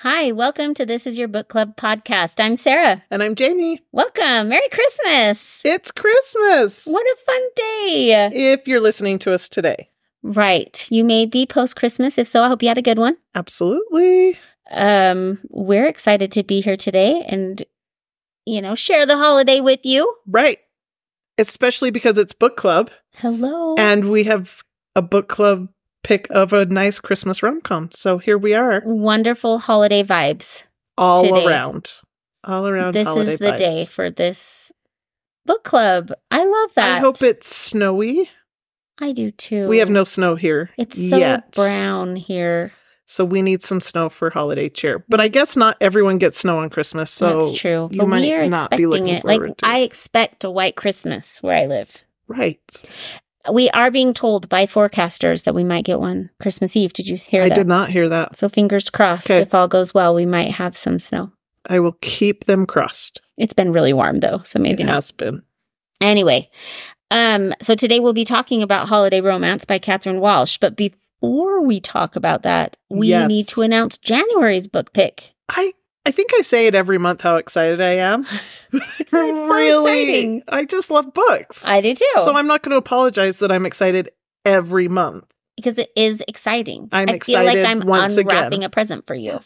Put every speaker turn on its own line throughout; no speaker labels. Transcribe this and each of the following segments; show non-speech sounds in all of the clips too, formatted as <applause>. Hi, welcome to This Is Your Book Club podcast. I'm Sarah.
And I'm Jamie.
Welcome. Merry Christmas.
It's Christmas.
What a fun day.
If you're listening to us today,
Right. You may be post Christmas. If so, I hope you had a good one.
absolutely.
Um, we're excited to be here today and, you know, share the holiday with you.
Right. Especially because it's book club
Hello.
and we have a book club pick of a nice Christmas rom com. So here we are,
Wonderful holiday vibes.
all
Today.
around. All around
This
holiday
is the
vibes.
day for this book club. I love that.
I hope it's snowy.
I do too.
We have no snow here.
It's so
yet.
brown here.
So we need some snow for holiday cheer. But I guess not everyone gets snow on Christmas. So
That's true.
you
But we
might
are
not be
expecting
looking
it. Like
forward to it.
I expect a white Christmas where I live.
right.
We are being told by forecasters that we might get one Christmas Eve. Did you hear
I
that?
did not hear that.
So fingers crossed.
Okay.
If all goes well, we might have some snow.
I will keep them crossed.
It's been really warm though, so maybe
it
not.
has been.
Anyway, um, so today we'll be talking about Holiday Romance by Catherine Walsh. But before we talk about that, we
Yes.
need to announce January's book pick.
I I think I say it every month how excited I am.
<laughs> It's so
<laughs>
exciting.
I just love books.
I do too.
so I'm not going to apologize that I'm excited every month.
because it is exciting.
I'm
I feel like
excited
I'm
once again.
unwrapping a present for you,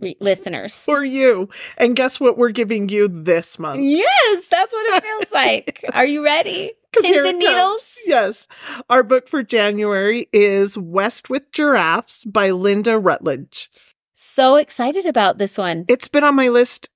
re-
<laughs>
listeners.
For you. And guess what we're giving you this month?
Yes, that's what
<laughs>
it feels like. Are you ready?
'Cause
Pins
here
and
it comes.
needles.
Yes. Our book for January is West with Giraffes by Linda Rutledge.
So excited about this one.
It's been on my list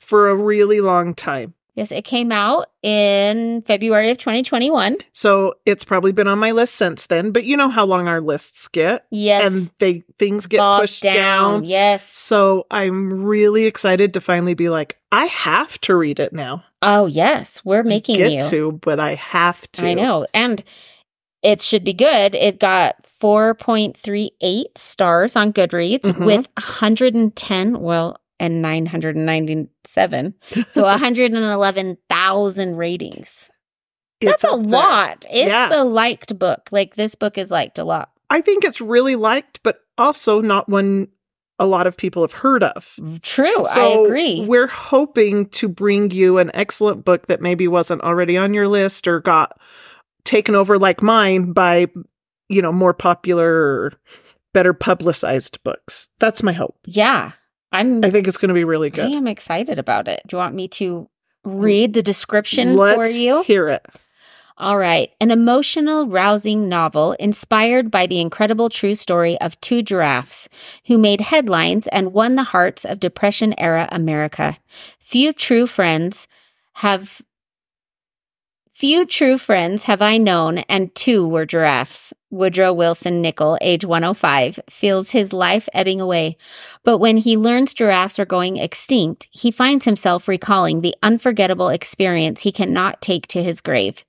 for a really long time.
Yes, it came out in February of 2021.
So it's probably been on my list since then, but you know how long our lists get.
Yes.
and they things get
bogged
pushed down.
Yes.
So I'm really excited to finally be like, I have to read it now.
Oh, yes. We're
I
making
get
you.
to, but I have to.
I know. And it should be good. It got 4.38 stars on Goodreads
Mhm.
with 110, well, and 997.
<laughs>
So 111,000 ratings.
It's
That's a
up there.
lot. It's
Yeah.
a liked book. Like this book is liked a lot.
I think it's really liked, but also not one a lot of people have heard of.
True.
So
Oh, I agree.
We're hoping to bring you an excellent book that maybe wasn't already on your list or got taken over like mine by, you know, more popular or better publicized books. That's my hope.
yeah. I'm
I think it's going to be really
I
good. Mm.
am excited about it. Do you want me to read the description for
Let's
you?
hear it.
All right. An emotional, rousing novel inspired by the incredible true story of two giraffes who made headlines and won the hearts of Depression era America. Few true friends have. Few true friends have I known, and two were giraffes. Woodrow Wilson Nickel, age 105, feels his life ebbing away. But when he learns giraffes are going extinct, he finds himself recalling the unforgettable experience he cannot take to his grave.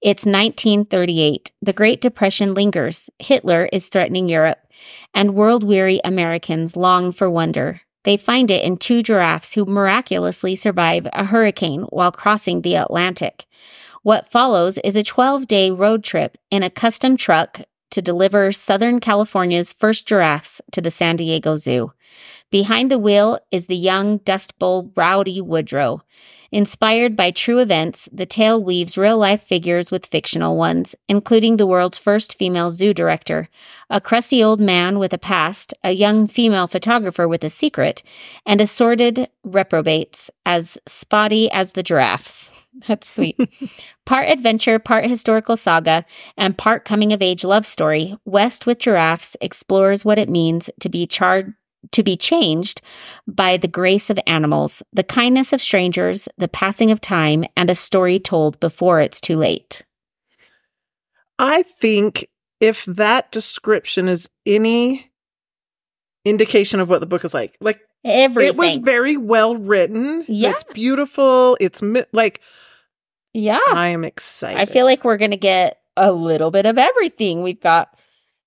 It's 1938. The Great Depression lingers. Hitler is threatening Europe, and world weary Americans long for wonder. They find it in two giraffes who miraculously survive a hurricane while crossing the Atlantic. What follows is a 12 day road trip in a custom truck to deliver Southern California's first giraffes to the San Diego Zoo. Behind the wheel is the young Dust Bowl Rowdy Woodrow. Inspired by true events, the tale weaves real life figures with fictional ones, including the world's first female zoo director, a crusty old man with a past, a young female photographer with a secret, and assorted reprobates as spotty as the giraffes. <laughs> That's sweet. part adventure, part historical saga, and part coming of age love story, West with Giraffes explores what it means to be charred to be changed by the grace of animals, the kindness of strangers, the passing of time, and a story told before it's too late.
I think if that description is any indication of what the book is like, like
Everything.
it was very well written.
Yeah.
It's beautiful. It's mi- like
yeah.
I am excited.
I feel like we're going to get a little bit of everything. We've got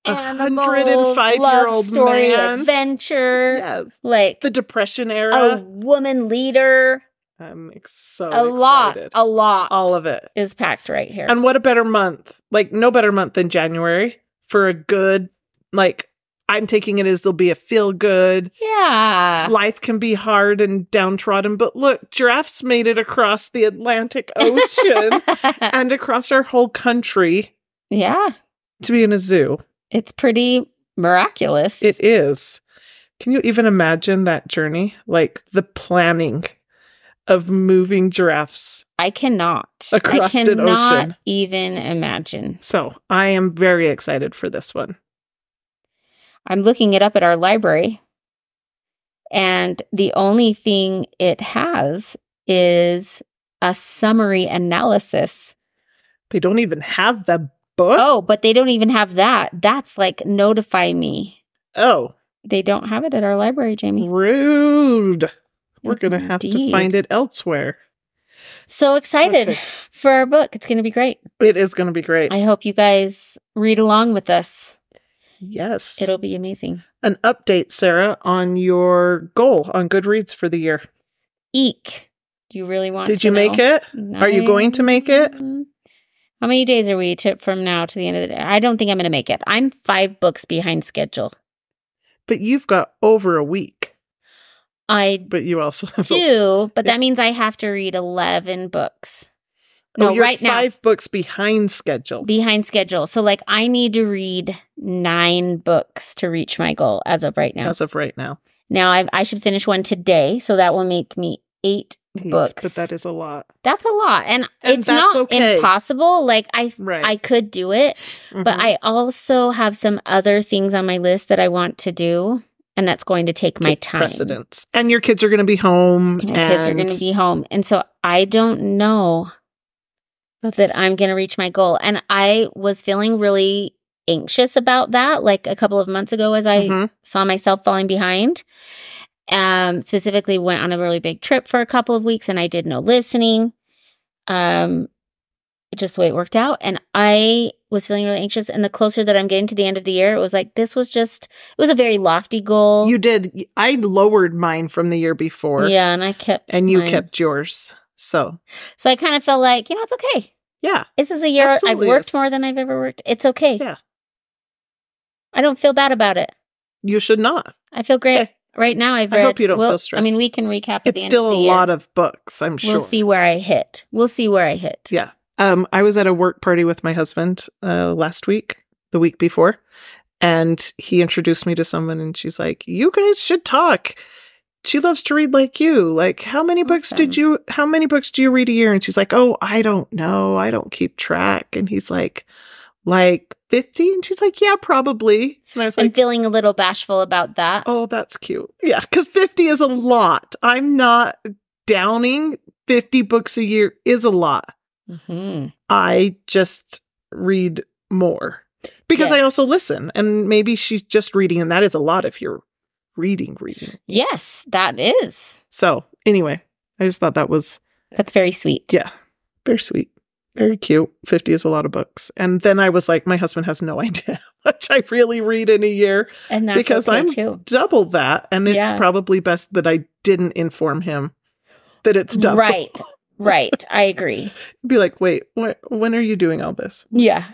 A
animals,
105 year
love
old
story,
man.
adventure,
Yes.
like
The Depression
a
era.
woman leader,
I'm ex- so
a lot,
excited.
a lot,
All of it.
is packed right here.
And what a better month. Like, no better month than January for a good, like, I'm taking it as there'll be a feel good.
yeah,
Life can be hard and downtrodden, but look, giraffes made it across the
<laughs>
Atlantic Ocean and across our whole country
yeah,
to be in a zoo.
it's pretty miraculous.
It is. Can you even imagine that journey? Like the planning of moving giraffes.
I cannot,
Across
I
an
cannot
ocean.
even imagine.
So I am very excited for this one.
I'm looking it up at our library, and the only thing it has is a summary analysis.
They don't even have the book.
Oh, but they don't even have that. That's like notify me.
Oh,
They don't have it at our library, Jamie.
rude. We're going to have to
Indeed.
find it elsewhere.
So excited
Okay.
for our book. It's going to be great.
It is going to be great.
I hope you guys read along with us.
yes.
It'll be amazing.
An update, Sarah, on your goal on Goodreads for the year.
Eek. Do you really want
Did
to
you make
know?
it? Are you going to make it?
Nine- Mm-hmm. How many days are we to, from now to the end of the day? I don't think I'm going to make it. I'm five books behind schedule.
But you've got over a week,
I
but you also have a
do, but that means I have to read 11 books.
Oh,
No,
you're
right now.
five books behind schedule.
behind schedule. So like I need to read nine books to reach my goal as of right now.
as of right now.
Now I I should finish one today, so that will make me eight.
Eight,
Books.
But that is a lot.
That's a lot, and,
And
it's
that's
not
okay.
impossible. Like I
Right.
I could do it,
Mm-hmm.
but I also have some other things on my list that I want to do, and that's going to take my time.
Precedence. And your kids are going to be home.
My
and
kids are going to be home, and so I don't know that I'm going to reach my goal. And I was feeling really anxious about that like a couple of months ago as I
Mhm.
saw myself falling behind. Um, specifically, went on a really big trip for a couple of weeks and I did no listening. Um, just the way it worked out. And I was feeling really anxious. And the closer that I'm getting to the end of the year, it was like, this was just, it was a very lofty goal.
You did. I lowered mine from the year before.
yeah. And I kept,
And you
mine.
kept yours. So,
so I kind of felt like, you know, it's okay.
yeah.
This is a year
Absolutely
I've worked
is.
more than I've ever worked. It's okay.
Yeah.
I don't feel bad about it.
You should not.
I feel great
Okay.
right now. I've
I
read.
hope you don't
well,
feel
I mean,
stressed.
we can recap. At
It's still a lot of books, I'm sure.
We'll see where I hit. We'll see where I hit.
Yeah. Um, I was at a work party with my husband uh, last week, the week before, and he introduced me to someone, and she's like, "You guys should talk." She loves to read like you. Like, how many books did
Awesome.
you? How many books do you read a year? And she's like, "Oh, I don't know. I don't keep track." And he's like, "Like 50? And she's like, "Yeah, probably." And I was
I'm
like,
feeling a little bashful about that.
"Oh, that's cute. Yeah, because 50 is a lot. I'm not downing 50 books a year is a lot."
hmm
I just read more because I
Yes.
also listen. And maybe she's just reading, and that is a lot if you're reading, reading.
Yes, that is.
So, anyway, I just thought that was
That's very sweet.
Yeah. very sweet, very cute. 50 is a lot of books. And then I was like, my husband has no <laughs> idea how much I really read in a year,
and that's
because
okay
I'm-
too.
double that. And it's
Yeah.
probably best that I didn't inform him that it's double.
Right,
<laughs>
right. I agree.
Be like, wait, wh- when are you doing all this?
Yeah,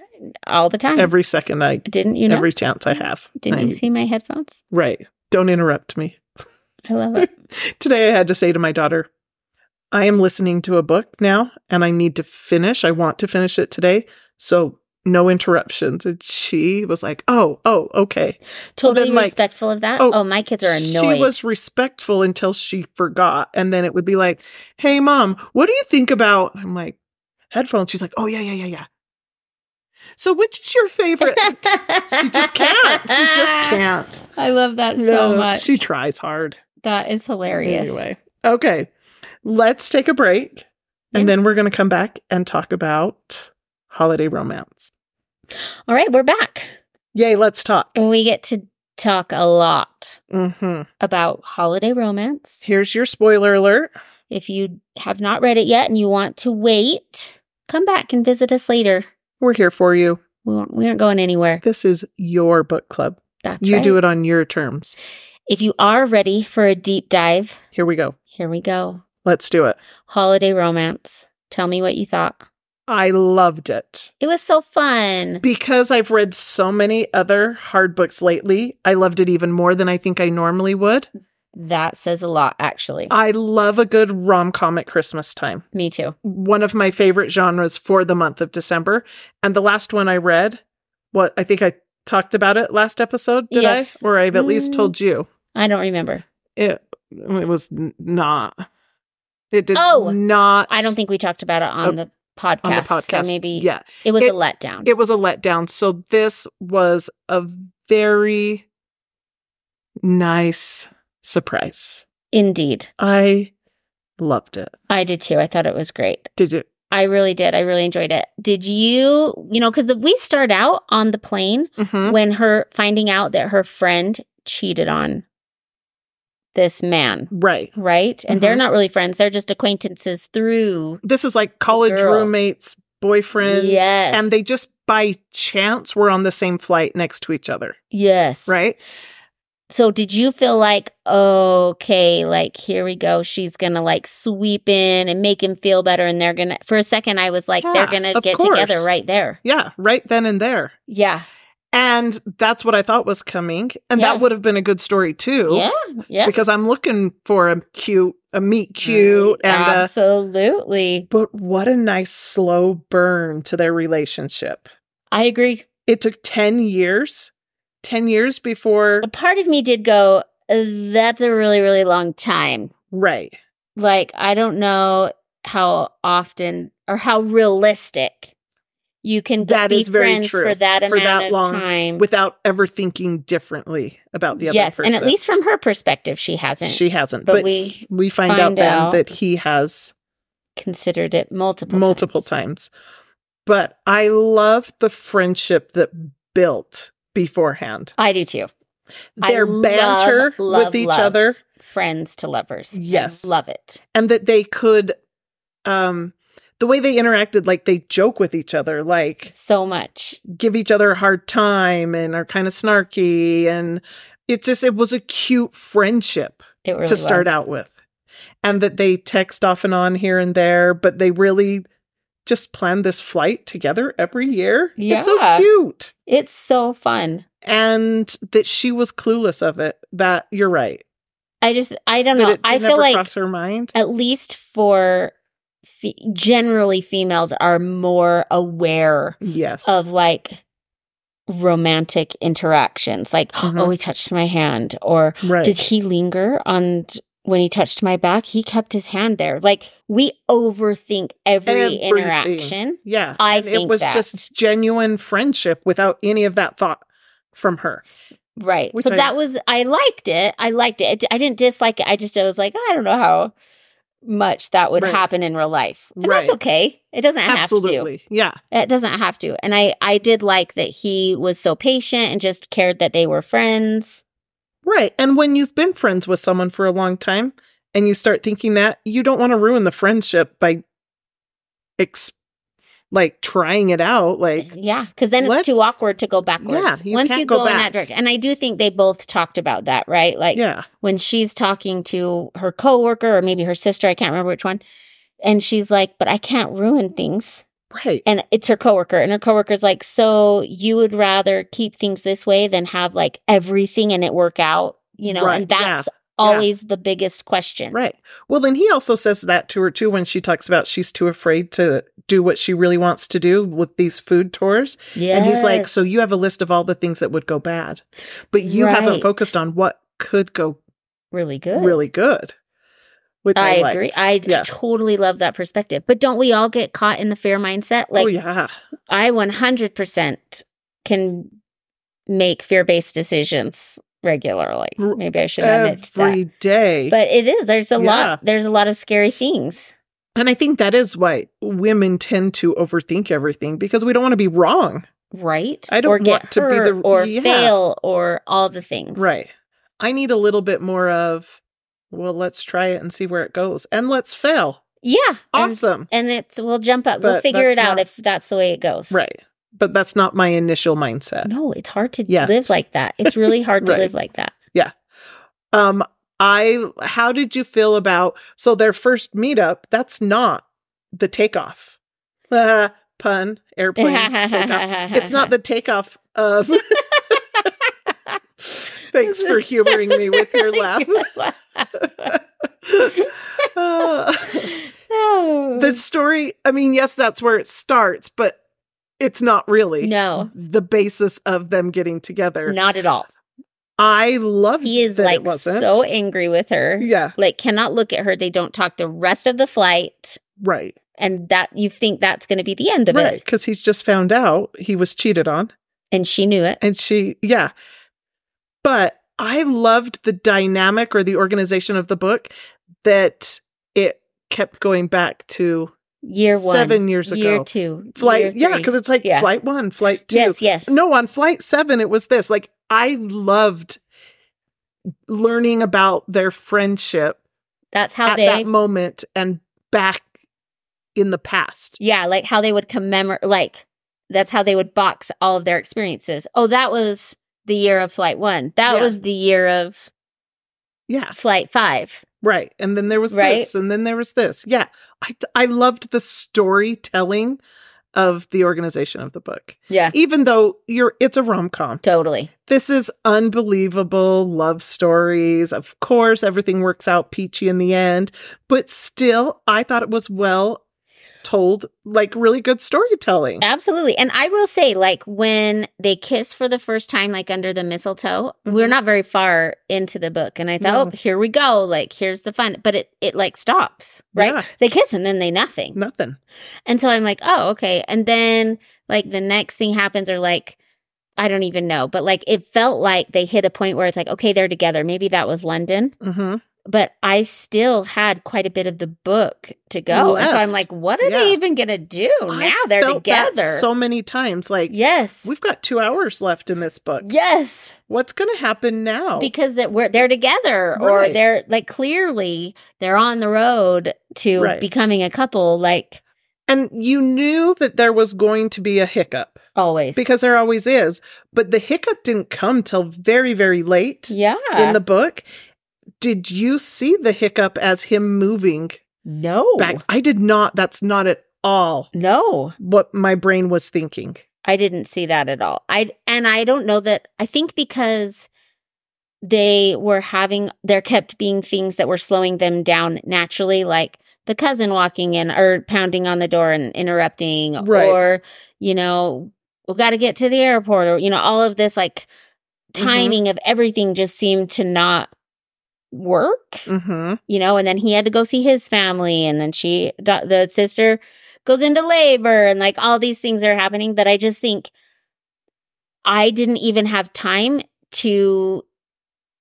all the time.
Every second I,
Didn't you know?
every chance I have.
Didn't
I'm-
you see my headphones?
Right. Don't interrupt me.
I love it.
Today I had to say to my daughter, I am listening to a book now and I need to finish. I want to finish it today. So no interruptions. And she was like, Oh, oh, okay.
Totally
then, like-
respectful of that.
Oh,
Oh, my kids are annoyed. <laughs>
She was respectful until she forgot. And then it would be like, Hey, mom, what do you think about? I'm like, Headphones. She's like, Oh, yeah, yeah, yeah, yeah. So which is your favorite? she just can't. She
<laughs>
just can't.
I love that
No,
so much.
She tries hard.
that is hilarious.
Anyway, okay. Let's take a break
Yeah.
and then we're going to come back and talk about holiday romance.
All right, we're back.
Yay, let's talk.
We get to talk a lot
Mm-hmm.
about holiday romance.
Here's your spoiler alert.
If you have not read it yet and you want to wait, come back and visit us later.
We're here for you.
We aren't, we aren't going anywhere.
This is your book club.
That's
You
right.
do it on your terms.
If you are ready for a deep dive,
Here we go.
here we go.
Let's do it.
Holiday romance. Tell me what you thought.
I loved it.
It was so fun.
Because I've read so many other hard books lately, I loved it even more than I think I normally would.
That says a lot, actually.
I love a good rom com at Christmas time.
me too.
One of my favorite genres for the month of December. And the last one I read, well, I think I talked about it last episode, did
Yes.
I? Or I've at least
Mm.
told you.
I don't remember.
It it was n- not. It did
Oh,
not.
I don't think we talked about it on
Oh,
the podcast.
on the podcast.
So maybe
yeah,
it was
It-
a letdown.
it was a letdown. So this was a very nice surprise.
Indeed.
I loved it.
I did too. I thought it was great.
Did you?
I really did. I really enjoyed it. Did you, you know, because we start out on the plane
Mhm.
when her finding out that her friend cheated on this man,
Right.
right? And they're
Mhm.
not really friends, they're just acquaintances through.
This is like college
Girl.
roommates, boyfriend.
Yes.
And they just by chance were on the same flight next to each other.
yes.
Right.
So did you feel like, okay, like here we go. She's gonna like sweep in and make him feel better and they're gonna for a second I was like, they're
Yeah,
gonna
of
get together
course.
right there.
Yeah. Right then and there.
Yeah.
And that's what I thought was coming. And
Yeah.
that would have been a good story too.
Yeah. Yeah.
Because I'm looking for a cute, a meet cute, and uh, a,
Absolutely.
But what a nice slow burn to their relationship.
I agree.
It took 10 years, 10 years before,
A part of me did go, that's a really, really long time.
right.
Like, I don't know how often or how realistic you can go
That
be
is very
friends
true,
for that
for
amount
that
of
long,
time.
Without ever thinking differently about the other
yes.
person.
And at least from her perspective, she hasn't
she hasn't.
but
But,
we
he- we find,
find
out then
out-
that he has
considered it multiple
multiple
times.
times. But I love the friendship that built beforehand.
I do too. I
Their
love,
banter
love,
with each
love
other.
Friends to lovers. I
Yes.
love it.
and that they could um the way they interacted like they joke with each other like
So much.
give each other a hard time and are kind of snarky and it just it was a cute friendship
It really
to start
was.
out with and that they text off and on here and there but they really just planned this flight together every year it's so
Yeah.
cute
It's so fun.
and that she was clueless of it that you're right
I just I don't
that
know.
it
I
never
feel like
crossed her mind
at least for fe- generally females are more aware
yes
of like romantic interactions like
Mhm.
oh he touched my hand or
right
did he linger on t- when he touched my back he kept his hand there like we overthink every
Everything.
interaction
Yeah.
I
and
think
it was
that.
just genuine friendship without any of that thought from her.
right
Which
so
I-
that was I liked it I liked it I didn't dislike it I just I was like I don't know how much that would
Right.
happen in real life and that's
Right.
okay it doesn't have to
Absolutely. Yeah.
It doesn't have to. And I I did like that he was so patient and just cared that they were friends.
Right. And when you've been friends with someone for a long time and you start thinking that, you don't want to ruin the friendship by ex- like trying it out. Like,
yeah, because then it's
let's-
too awkward to go backwards.
Yeah, you
Once
can't
you go,
go
in that
back.
direction, and I do think they both talked about that, right? Like
yeah.
when she's talking to her coworker or maybe her sister, I can't remember which one, and she's like, "But I can't ruin things."
Right.
And it's her coworker, and her coworker's like, "So you would rather keep things this way than have like everything and it work out?" You know,
Right,
and
yeah,
that's always the biggest question,
Right. Well, then he also says that to her too when she talks about she's too afraid to do what she really wants to do with these food tours.
Yeah,
And he's like, So you have a list of all the things that would go bad, but you
Right.
haven't focused on what could go
really good.
really good. Which I,
I, agree.
liked. Oh,
I, I
Yeah.
totally love that perspective. But don't we all get caught in the fear mindset? Like
oh, yeah.
I 100% can make fear-based decisions regularly.
R-
Maybe I should admit to that.
Every day.
But it is there's a
Yeah.
lot there's a lot of scary things.
and I think that is why women tend to overthink everything because we don't want to be wrong.
Right?
I don't
or get
want to be the-
hurt or
yeah.
fail or all the things.
Right. I need a little bit more of, well, let's try it and see where it goes. And let's fail.
Yeah. And,
Awesome.
and it's we'll jump up. we'll
But
figure it
that's
out
not-
if that's the way it goes.
right. but that's not my initial mindset.
No, it's hard to
Yeah.
live like that. It's really hard to
<laughs> Right.
live like that.
Um, I how did you feel about so their first meetup? That's not the takeoff. <laughs> Uh, pun airplanes. takeoff. It's not the takeoff
<laughs>
of. Thanks for humoring me
<laughs>
with your laugh. <laughs> Uh,
oh.
the story. I mean, yes, that's where it starts, but it's not really
no,
the basis of them getting together.
not at all.
I love
He is
that it
like
wasn't.
so angry with her.
Yeah,
Like cannot look at her. They don't talk the rest of the flight.
right.
And that you think that's going to be the end of
Right,
it.
because he's just found out he was cheated on,
And she knew it.
and she, yeah. But I loved the dynamic or the organization of the book that it kept going back to
Year one.
seven years ago.
Year two. year
flight, yeah,
three.
because it's like
Yeah.
flight one, flight two.
Yes, yes.
No, on flight seven, it was this. Like I loved learning about their friendship
That's how
at
they
that moment and back in the past.
Yeah, like how they would commemorate, like that's how they would box all of their experiences. Oh, that was the year of flight one. That
Yeah.
was the year of
Yeah.
flight five.
Right. And then there was
Right?
this, and then there was this. Yeah. I, I loved the storytelling of the organization of the book.
Yeah,
Even though you're it's a rom-com.
totally.
This is unbelievable love stories. Of course, everything works out peachy in the end, but still I thought it was well told, like really good storytelling.
Absolutely. And I will say, like, when they kiss for the first time, like under the mistletoe, we're
Mhm.
not very far into the book. And I thought,
No.
oh, here we go. Like, here's the fun. But it, it like stops, right?
Yeah.
They kiss and then they nothing.
Nothing.
And so I'm like, oh, okay. And then like the next thing happens or like I don't even know, but like it felt like they hit a point where it's like, okay, they're together. Maybe that was London,
Mhm.
but I still had quite a bit of the book to go. And so I'm
Left.
like, what are
Yeah.
they even gonna do
I
Oh, now? They're
felt that
together.
so many times like
yes,
we've got 2 hours left in this book.
yes,
What's going to happen now?
because that we're they're together or
Oh. Right.
they're like clearly they're on the road to
Right.
becoming a couple, like
And you knew that there was going to be a hiccup
always
because there always is, but the hiccup didn't come till very, very late
yeah,
in the book. Did you see the hiccup as him moving
no,
back? I did not. That's not at all
no.
what my brain was thinking.
I didn't see that at all. I and I don't know that I think because they were having there kept being things that were slowing them down naturally like the cousin walking in or pounding on the door and interrupting
Right.
or you know we got to get to the airport or you know all of this like
Mhm.
timing of everything just seemed to not work
hmm
you know, and then he had to go see his family, and then she, da- the sister, goes into labor, and like all these things are happening that I just think I didn't even have time to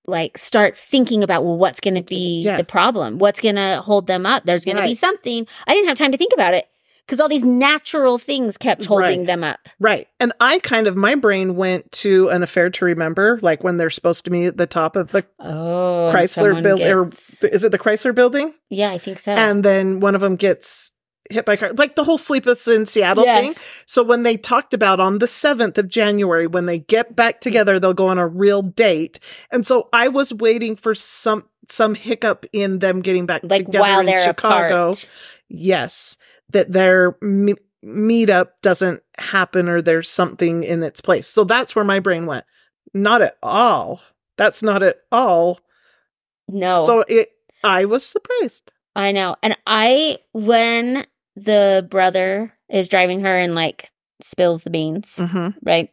like start thinking about well, what's going to be
Yeah.
the problem, what's going to hold them up. There's going to be
Right.
something. I didn't have time to think about it because all these natural things kept holding
Right.
them up.
Right. And I kind of, my brain went to an affair to remember, like when they're supposed to meet at the top of the,
Oh,
Chrysler
someone
build- or-
gets-
is it the Chrysler building?
yeah, I think so.
and then one of them gets hit by a car, like the whole sleepless in Seattle thing. So when they talked about on the 7th of January, when they get back together, they'll go on a real date. And so I was waiting for some some hiccup in them getting back
like
together
while
in
they're
Chicago.
apart.
Yes, that their me- meetup doesn't happen or there's something in its place. So that's where my brain went. Not at all. That's not at all.
No,
So it I was surprised.
I know. And I, when the brother is driving her and like spills the beans,
Mhm.
right?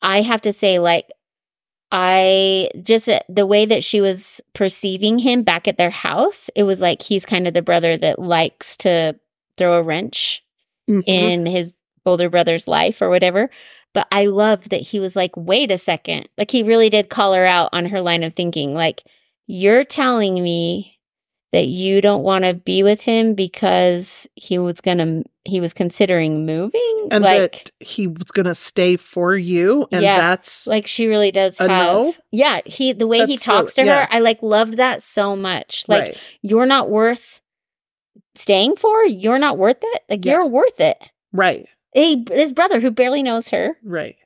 I have to say, like, I just uh, the way that she was perceiving him back at their house, it was like he's kind of the brother that likes to throw a wrench
Mhm.
in his older brother's life or whatever. But I loved that he was like, wait a second. Like, he really did call her out on her line of thinking. Like, you're telling me that you don't want to be with him because he was going to, he was considering moving.
and
like,
that he was going to stay for you and
Yeah,
that's
like she really does
a
have.
no?
Yeah. He, the way he
That's so-
talks to
yeah.
her, I like loved that so much. Like,
right
you're not worth staying for. You're not worth it. Like,
Yeah.
you're worth it.
right
He, his brother, who barely knows her,
Right.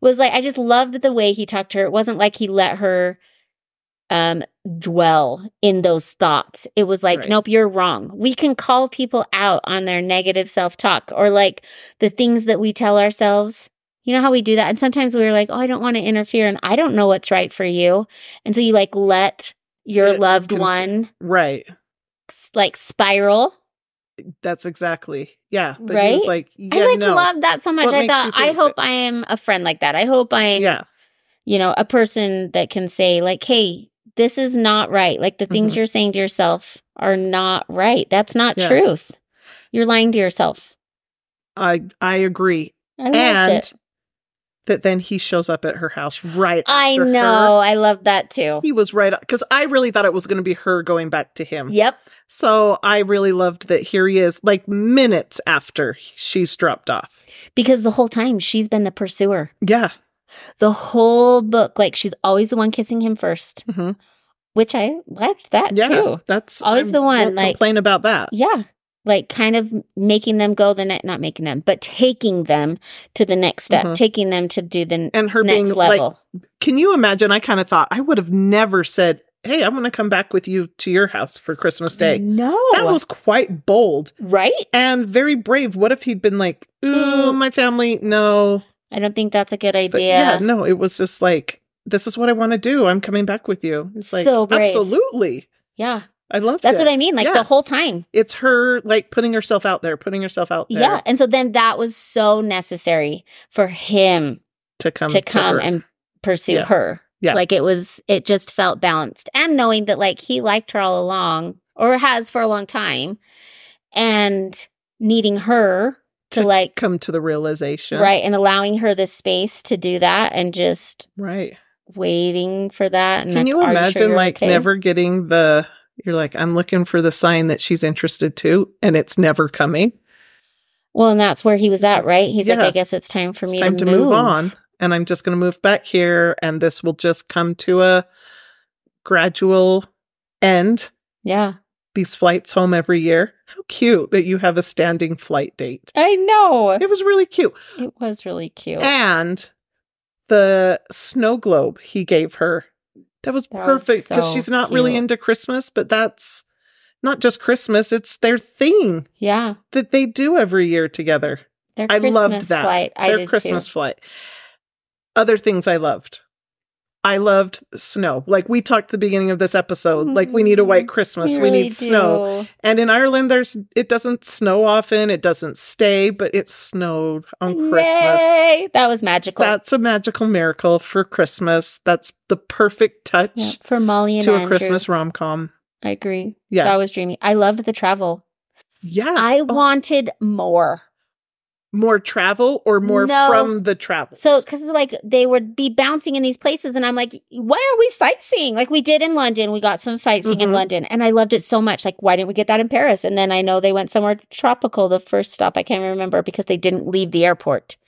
was like, I just loved the way he talked to her. It wasn't like he let her um dwell in those thoughts. It was like,
Right.
nope, you're wrong. We can call people out on their negative self-talk or like the things that we tell ourselves. You know how we do that? And sometimes we're like, oh, I don't want to interfere and I don't know what's right for you. And so you like let your
It
loved
conti-
one
Right.
s- like spiral.
That's exactly. Yeah. But he
Right?
was like, yeah,
I like
no.
loved that so much.
What
I
makes
thought,
you
I
think
hope I am a friend like that. I hope I
yeah.
you know, a person that can say, like, hey, this is not right. Like the things
Mhm.
you're saying to yourself are not right. That's not
Yeah.
truth. You're lying to yourself.
I I agree.
I loved
and
it.
that then he shows up at her house right
I
after her.
know. I loved that too.
He was right because I really thought it was going to be her going back to him.
Yep.
So I really loved that here he is, like minutes after she's dropped off.
Because the whole time she's been the pursuer.
Yeah.
The whole book, like she's always the one kissing him first,
Mhm.
which I liked that
Yeah.
too.
That's
Always the one,
won't
like-
complain about that.
Yeah. Like kind of making them go the next, not making them, but taking them to the next step,
Mhm.
taking them to do the n-
And her
next
being
level.
like, can you imagine? I kind of thought I would have never said, "Hey, I'm going to come back with you to your house for Christmas Day."
No.
That was quite bold
right.
and very brave. What if he'd been like, "Ooh,
Mm.
my family, no,
I don't think that's a good idea.
But yeah. no, it was just like, this is what I want to do. I'm coming back with you. It's like,
So brave.
absolutely.
Yeah.
I love
That's
it.
what I mean. Like
Yeah.
the whole time.
It's her like putting herself out there, putting herself out there
Yeah. And so then that was so necessary for him
Um, to come
to come
her.
and pursue
Yeah.
her.
Yeah.
Like it was, it just felt balanced. And knowing that like he liked her all along or has for a long time and needing her to,
To
like,
come to the realization.
right. And allowing her the space to do that and just
Right.
waiting for that. And
Can
like,
you
are sure
imagine
you're
like
okay?
never getting the you're like, I'm looking for the sign that she's interested too, and it's never coming.
Well, and that's where he was
He's
at,
like,
right? He's like,
yeah,
I guess it's time for
It's
me
time
to,
to move on. And I'm just gonna move back here and this will just come to a gradual end.
Yeah.
these flights home every year. How cute that you have a standing flight date.
I know.
It was really cute.
It was really cute.
And the snow globe he gave her. That was
That was
perfect because
so
she's not really
cute.
into Christmas, but that's not just Christmas, it's their thing
Yeah.
that they do every year together.
Their
I
Christmas
loved that.
flight. I
their
did
Christmas
too.
flight. Other things I loved. I loved snow. Like we talked at the beginning of this episode, like we need a white Christmas, we,
Mm-hmm. really
need snow.
do.
And in Ireland, there's it doesn't snow often. It doesn't stay, but it snowed on Christmas.
Yay! That was magical.
That's a magical miracle for Christmas. That's the perfect touch
Yeah, for Molly and
to
Andrew.
a Christmas rom com.
I agree.
Yeah.
That was dreamy. I loved the travel.
yeah.
I
Oh,
wanted more.
more travel or more
No.
from the travel.
So, because like they would be bouncing in these places, and I'm like, why are we sightseeing? Like we did in London, we got some sightseeing in
Mhm.
London, and I loved it so much. Like, why didn't we get that in Paris? And then I know they went somewhere tropical the first stop. I can't remember because they didn't leave the airport.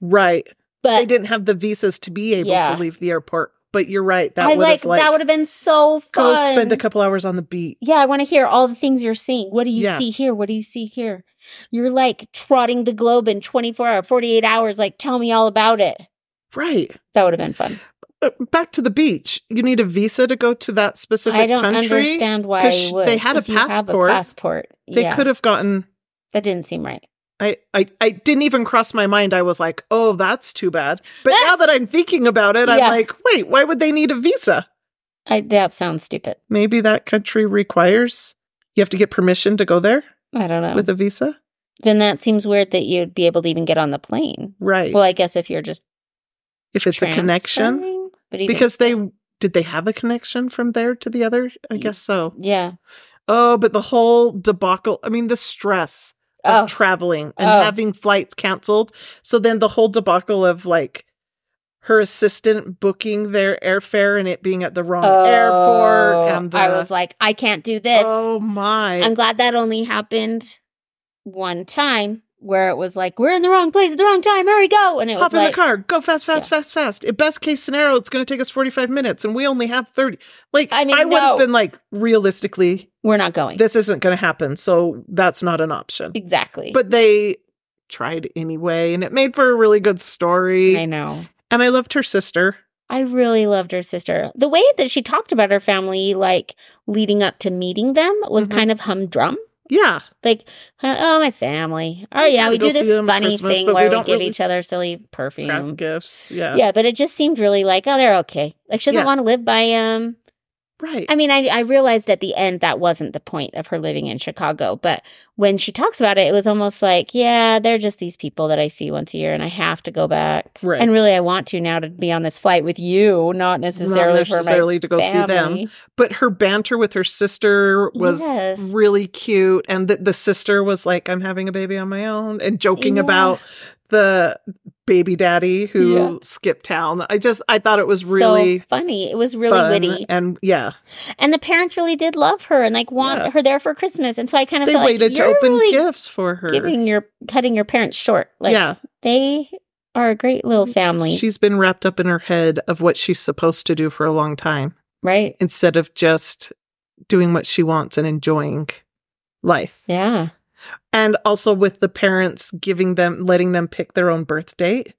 right.
But
they didn't have the visas to be able
Yeah.
to leave the airport. But you're right.
I
That would
like,
have like,
that would have been so fun.
go spend a couple hours on the beach.
yeah, I want to hear all the things you're seeing. What do you
Yeah.
see here? What do you see here? You're like trotting the globe in 24 or 48 hours. Like, tell me all about it.
Right.
That would have been fun.
Uh, Back to the beach. You need a visa to go to that specific
I don't
country.
understand why
'Cause sh-
you would.
they had a
If you have
passport,
passport,
They
yeah.
could have gotten.
That didn't seem right.
I, I I didn't even cross my mind. I was like, oh, that's too bad.
<laughs>
But now that I'm thinking about it, I'm
Yeah.
like, wait, why would they need a visa?
I, that sounds stupid.
Maybe that country requires you have to get permission to go there
I don't know.
with a visa,
then that seems weird that you'd be able to even get on the plane.
right?
Well, I guess if you're just
if it's a connection,
transferring, but even,
because they did they have a connection from there to the other? I
Ye-
guess so.
yeah,
Oh, but the whole debacle. I mean, the stress. of
oh,
traveling and
Oh.
having flights canceled. So then the whole debacle of like her assistant booking their airfare and it being at the wrong airport
Oh,
and the,
I was like, I can't do this.
oh my
I'm glad that only happened one time where it was like we're in the wrong place at the wrong time. Hurry, go! And it was
hop in
like,
the car go fast fast fast fast at best case scenario it's going to take us 45 minutes and we only have 30 like
I
i,
mean,
would
no.
have been like realistically
we're not going.
this isn't going to happen so that's not an option
exactly.
but they tried anyway. And it made for a really good story.
I know.
And I loved her sister.
I really loved her sister. The way that she talked about her family, like leading up to meeting them, was
Mhm.
kind of humdrum.
Yeah.
Like, uh, oh, my family. Oh, yeah,
We
we
go
do
see
this
them
funny
Christmas,
thing
but we
where we,
don't
give
really
each other silly
Crap
perfume.
gifts.
Yeah.
Yeah.
but it just seemed really like, oh, they're okay. Like, she doesn't
Yeah.
want to live by him.
Right.
I mean, I, I realized at the end that wasn't the point of her living in Chicago, but when she talks about it, it was almost like, yeah, they're just these people that I see once a year and I have to go back.
Right.
And really, I want to now to be on this flight with you, not necessarily,
Not necessarily to
for
go
my
see them.
family.
But her banter with her sister was
Yes.
really cute. And the, the sister was like, I'm having a baby on my own and joking
Yeah.
about the baby daddy who
Yeah.
skipped town. I just, I thought it was really
so funny. It was really
fun
witty.
And yeah,
And the parents really did love her and like want
Yeah.
her there for Christmas. And so I kind of
they
felt
waited
like
to
you're
open
really
gifts for her.
giving your cutting your parents short. Like
yeah.
they are a great little family,
She's been wrapped up in her head of what she's supposed to do for a long time
right?
instead of just doing what she wants and enjoying life.
Yeah,
And also with the parents giving them letting them pick their own birth date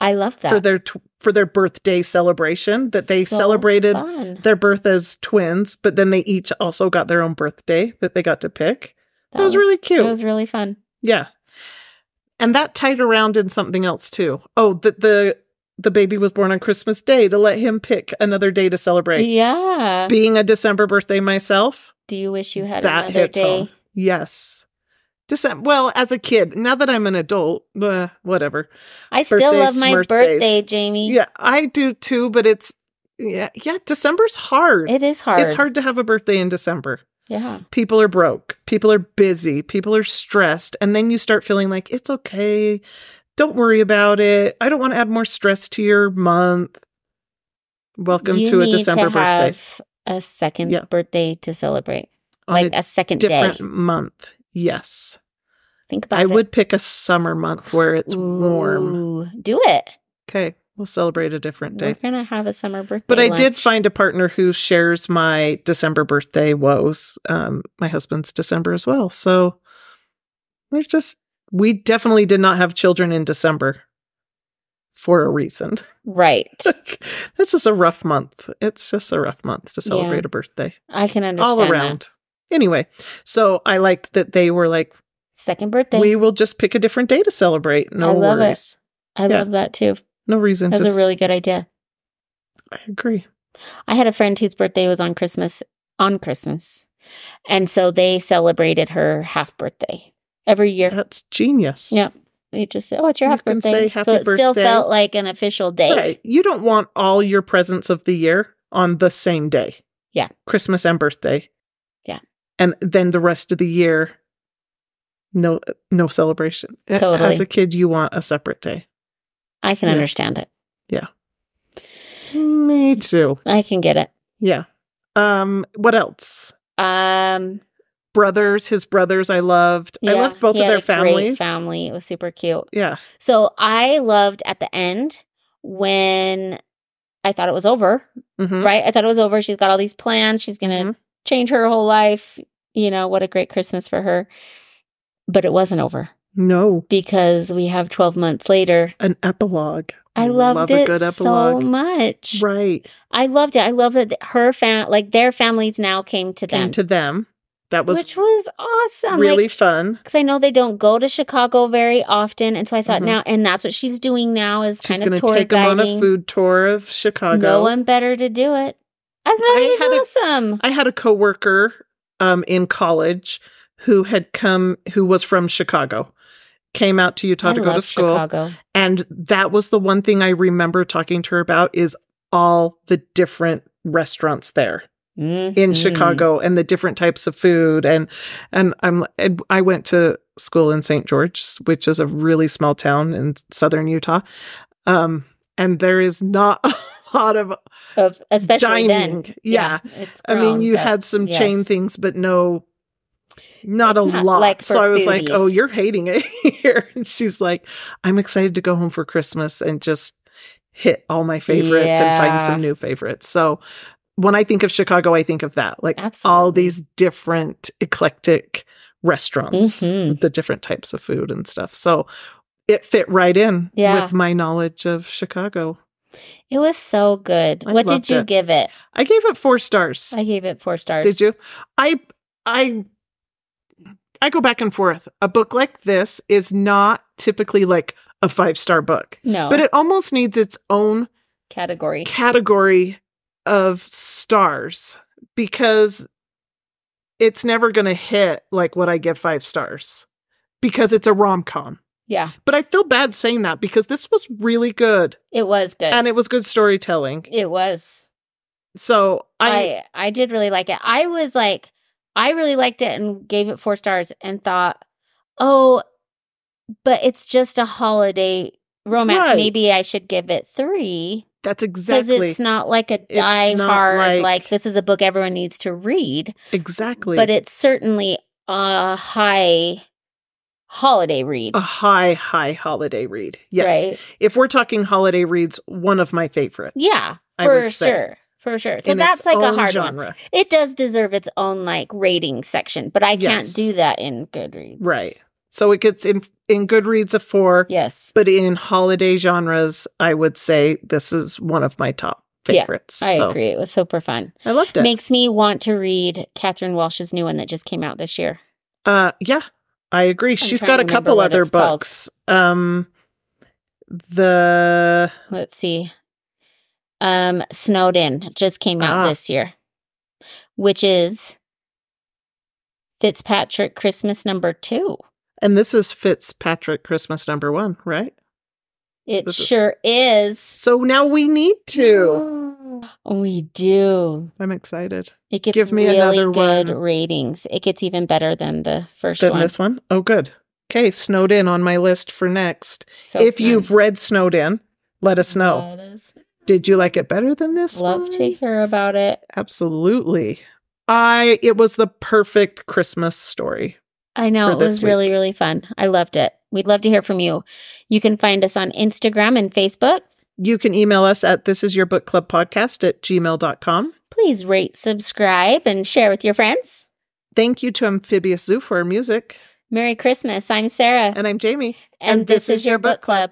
I love that.
for their tw- for their birthday celebration that they
So
celebrated
fun.
their birth as twins, but then they each also got their own birthday that they got to pick. That, was, really cute.
It was really fun.
Yeah. And that tied around in something else too. Oh, the the the baby was born on Christmas Day to let him pick another day to celebrate.
Yeah.
Being a December birthday myself,
Do you wish you had
that
another
hits
day?
home. Yes. December, well, as a kid, now that I'm an adult, uh, whatever.
I still love
Birthdays,
my
birthdays.
birthday, Jamie.
Yeah, I do too, but it's yeah, yeah, December's hard.
It is hard.
It's hard to have a birthday in December.
Yeah.
people are broke, people are busy, people are stressed, and then you start feeling like it's okay. Don't worry about it. I don't want to add more stress to your month. Welcome
you
to a
need
December
to
birthday
have a second
Yeah.
birthday to celebrate,
on
like
a
a second
different
day.
month. Yes.
Think about
I
it.
would pick a summer month where it's warm.
Ooh, Do it.
Okay. We'll celebrate a different
We're
day.
gonna have a summer birthday.
But I did
lunch.
find a partner who shares my December birthday woes. Um, my husband's December as well. So we're just, we definitely did not have children in December for a reason. <laughs>
right.
That's just a rough month. It's just a rough month to celebrate
Yeah.
a birthday
I can understand
<laughs> all around. Anyway, so I liked that they were like,
That. Second birthday.
we will just pick a different day to celebrate. No
I love it.
worries.
I
yeah.
love that too.
No reason
That
to.
was a really good idea.
I agree.
I had a friend whose birthday was on Christmas on Christmas. And so they celebrated her half birthday every year.
That's genius.
Yeah. They just said, Oh, it's your
You
half
can
birthday.
say
so
happy
it still
birthday.
felt like an official day.
Right. You don't want all your presents of the year on the same day.
Yeah.
Christmas and birthday.
Yeah.
And then the rest of the year, no no celebration. A-
Totally.
As a kid, you want a separate day.
I can
Yeah.
understand it. Mm-hmm.
Me too.
I can get it.
Yeah. Um, what else?
Um
Brothers, his brothers I loved.
yeah,
I loved both
he
of
had
their
a great
families.
family. It was super cute.
Yeah.
So I loved at the end when I thought it was over,
Mhm.
right? I thought it was over. She's got all these plans. She's going to
Mhm.
change her whole life. You know, what a great Christmas for her. But it wasn't over
No.
because we have 12 months later.
An epilogue.
I loved it so much.
Right.
I loved it. I love that her fam, like their families now came to them,
Came to them. That was
which was awesome.
really
Like,
fun.
because I know they don't go to Chicago very often, and so I thought
Mhm.
now, and that's what she's doing now is
She's
kind
going
of
to
tour
take
guiding.
him on a food tour of Chicago.
No one better to do it. I
I
thought
had
it
a-
was awesome.
I had a coworker um, in college who had come, who was from Chicago, came out to Utah
I
to go to
love
school,
Chicago.
and that was the one thing I remember talking to her about is all the different restaurants there in
Mhm.
Chicago and the different types of food and and I'm and I went to school in St. George, which is a really small town in southern Utah. Um and there is not <laughs> a lot of
of especially
dining.
then.
Yeah.
it's
I mean,
grown,
you
but
had some chain
yes.
things, but no not
It's
a
not
lot.
like for
so I was like,
foodies.
"Oh, you're hating it <laughs> here." And she's like, "I'm excited to go home for Christmas and just hit all my favorites and find some
Yeah.
new favorites." So when I think of Chicago, I think of that. Like all
Absolutely.
these different eclectic restaurants,
Mhm.
the different types of food and stuff. So it fit right in
Yeah.
with my knowledge of Chicago.
It was so good.
I
what
loved
did you
it.
give it?
I gave it four stars.
I gave it four stars.
Did you? I I I go back and forth. A book like this is not typically like a five star book,
No.
but it almost needs its own
category.
category of stars because it's never going to hit like what I give five stars because it's a rom com.
Yeah.
But I feel bad saying that because this was really good
It was good.
and it was good storytelling.
it was.
So I,
I I did really like it. I was like, I really liked it and gave it four stars and thought, oh, but it's just a holiday romance.
Right.
Maybe I should give it three
that's
because
exactly
it's not like a die
It's not
hard
like-
like this is a book everyone needs to read,
exactly
but it's certainly a high holiday read,
a high high holiday read. Uh, Yes.
right?
If we're talking holiday reads, one of my favorite.
Yeah,
I
for
would say.
sure. For sure. So
in
that's
its
like a
own
hard one.
genre.
It does deserve its own like rating section, but I
Yes.
can't do that in Goodreads.
Right. So it gets in in Goodreads a 4.
Yes.
But in holiday genres, I would say this is one of my top
Yeah,
favorites.
I
so
agree. It was super fun.
I loved it.
Makes me want to read Catherine Walsh's new one that just came out this year.
uh, yeah, I agree. She's
trying
got
to
a
remember
couple
what
other
it's called.
books. Um, the
Let's see. Um, Snowden just came out
Ah.
this year, which is Fitzpatrick Christmas number two.
and this is Fitzpatrick Christmas number one, right?
It
This is-
sure is.
So now we need to.
We do.
I'm excited.
It gets
Give me
really
another
good
one.
ratings. It gets even better than the first
Then
one.
this one. Oh, good. Okay, Snowed In on my list for next.
So
if
fun.
you've read Snowed In, let us know.
Let us-
Did you like it better than this?
Mm-hmm. Love
one?
to hear about it.
Absolutely. I it was the perfect Christmas story.
I know
for
it
this
was really, really fun. I loved it. We'd love to hear from you. You can find us on Instagram and Facebook.
You can email us at this is your book club podcast at gmail.com.
Please rate, subscribe, and share with your friends.
Thank you to Amphibious Zoo for our music.
Merry Christmas. I'm Sarah.
And I'm Jamie.
And, this, is your book club.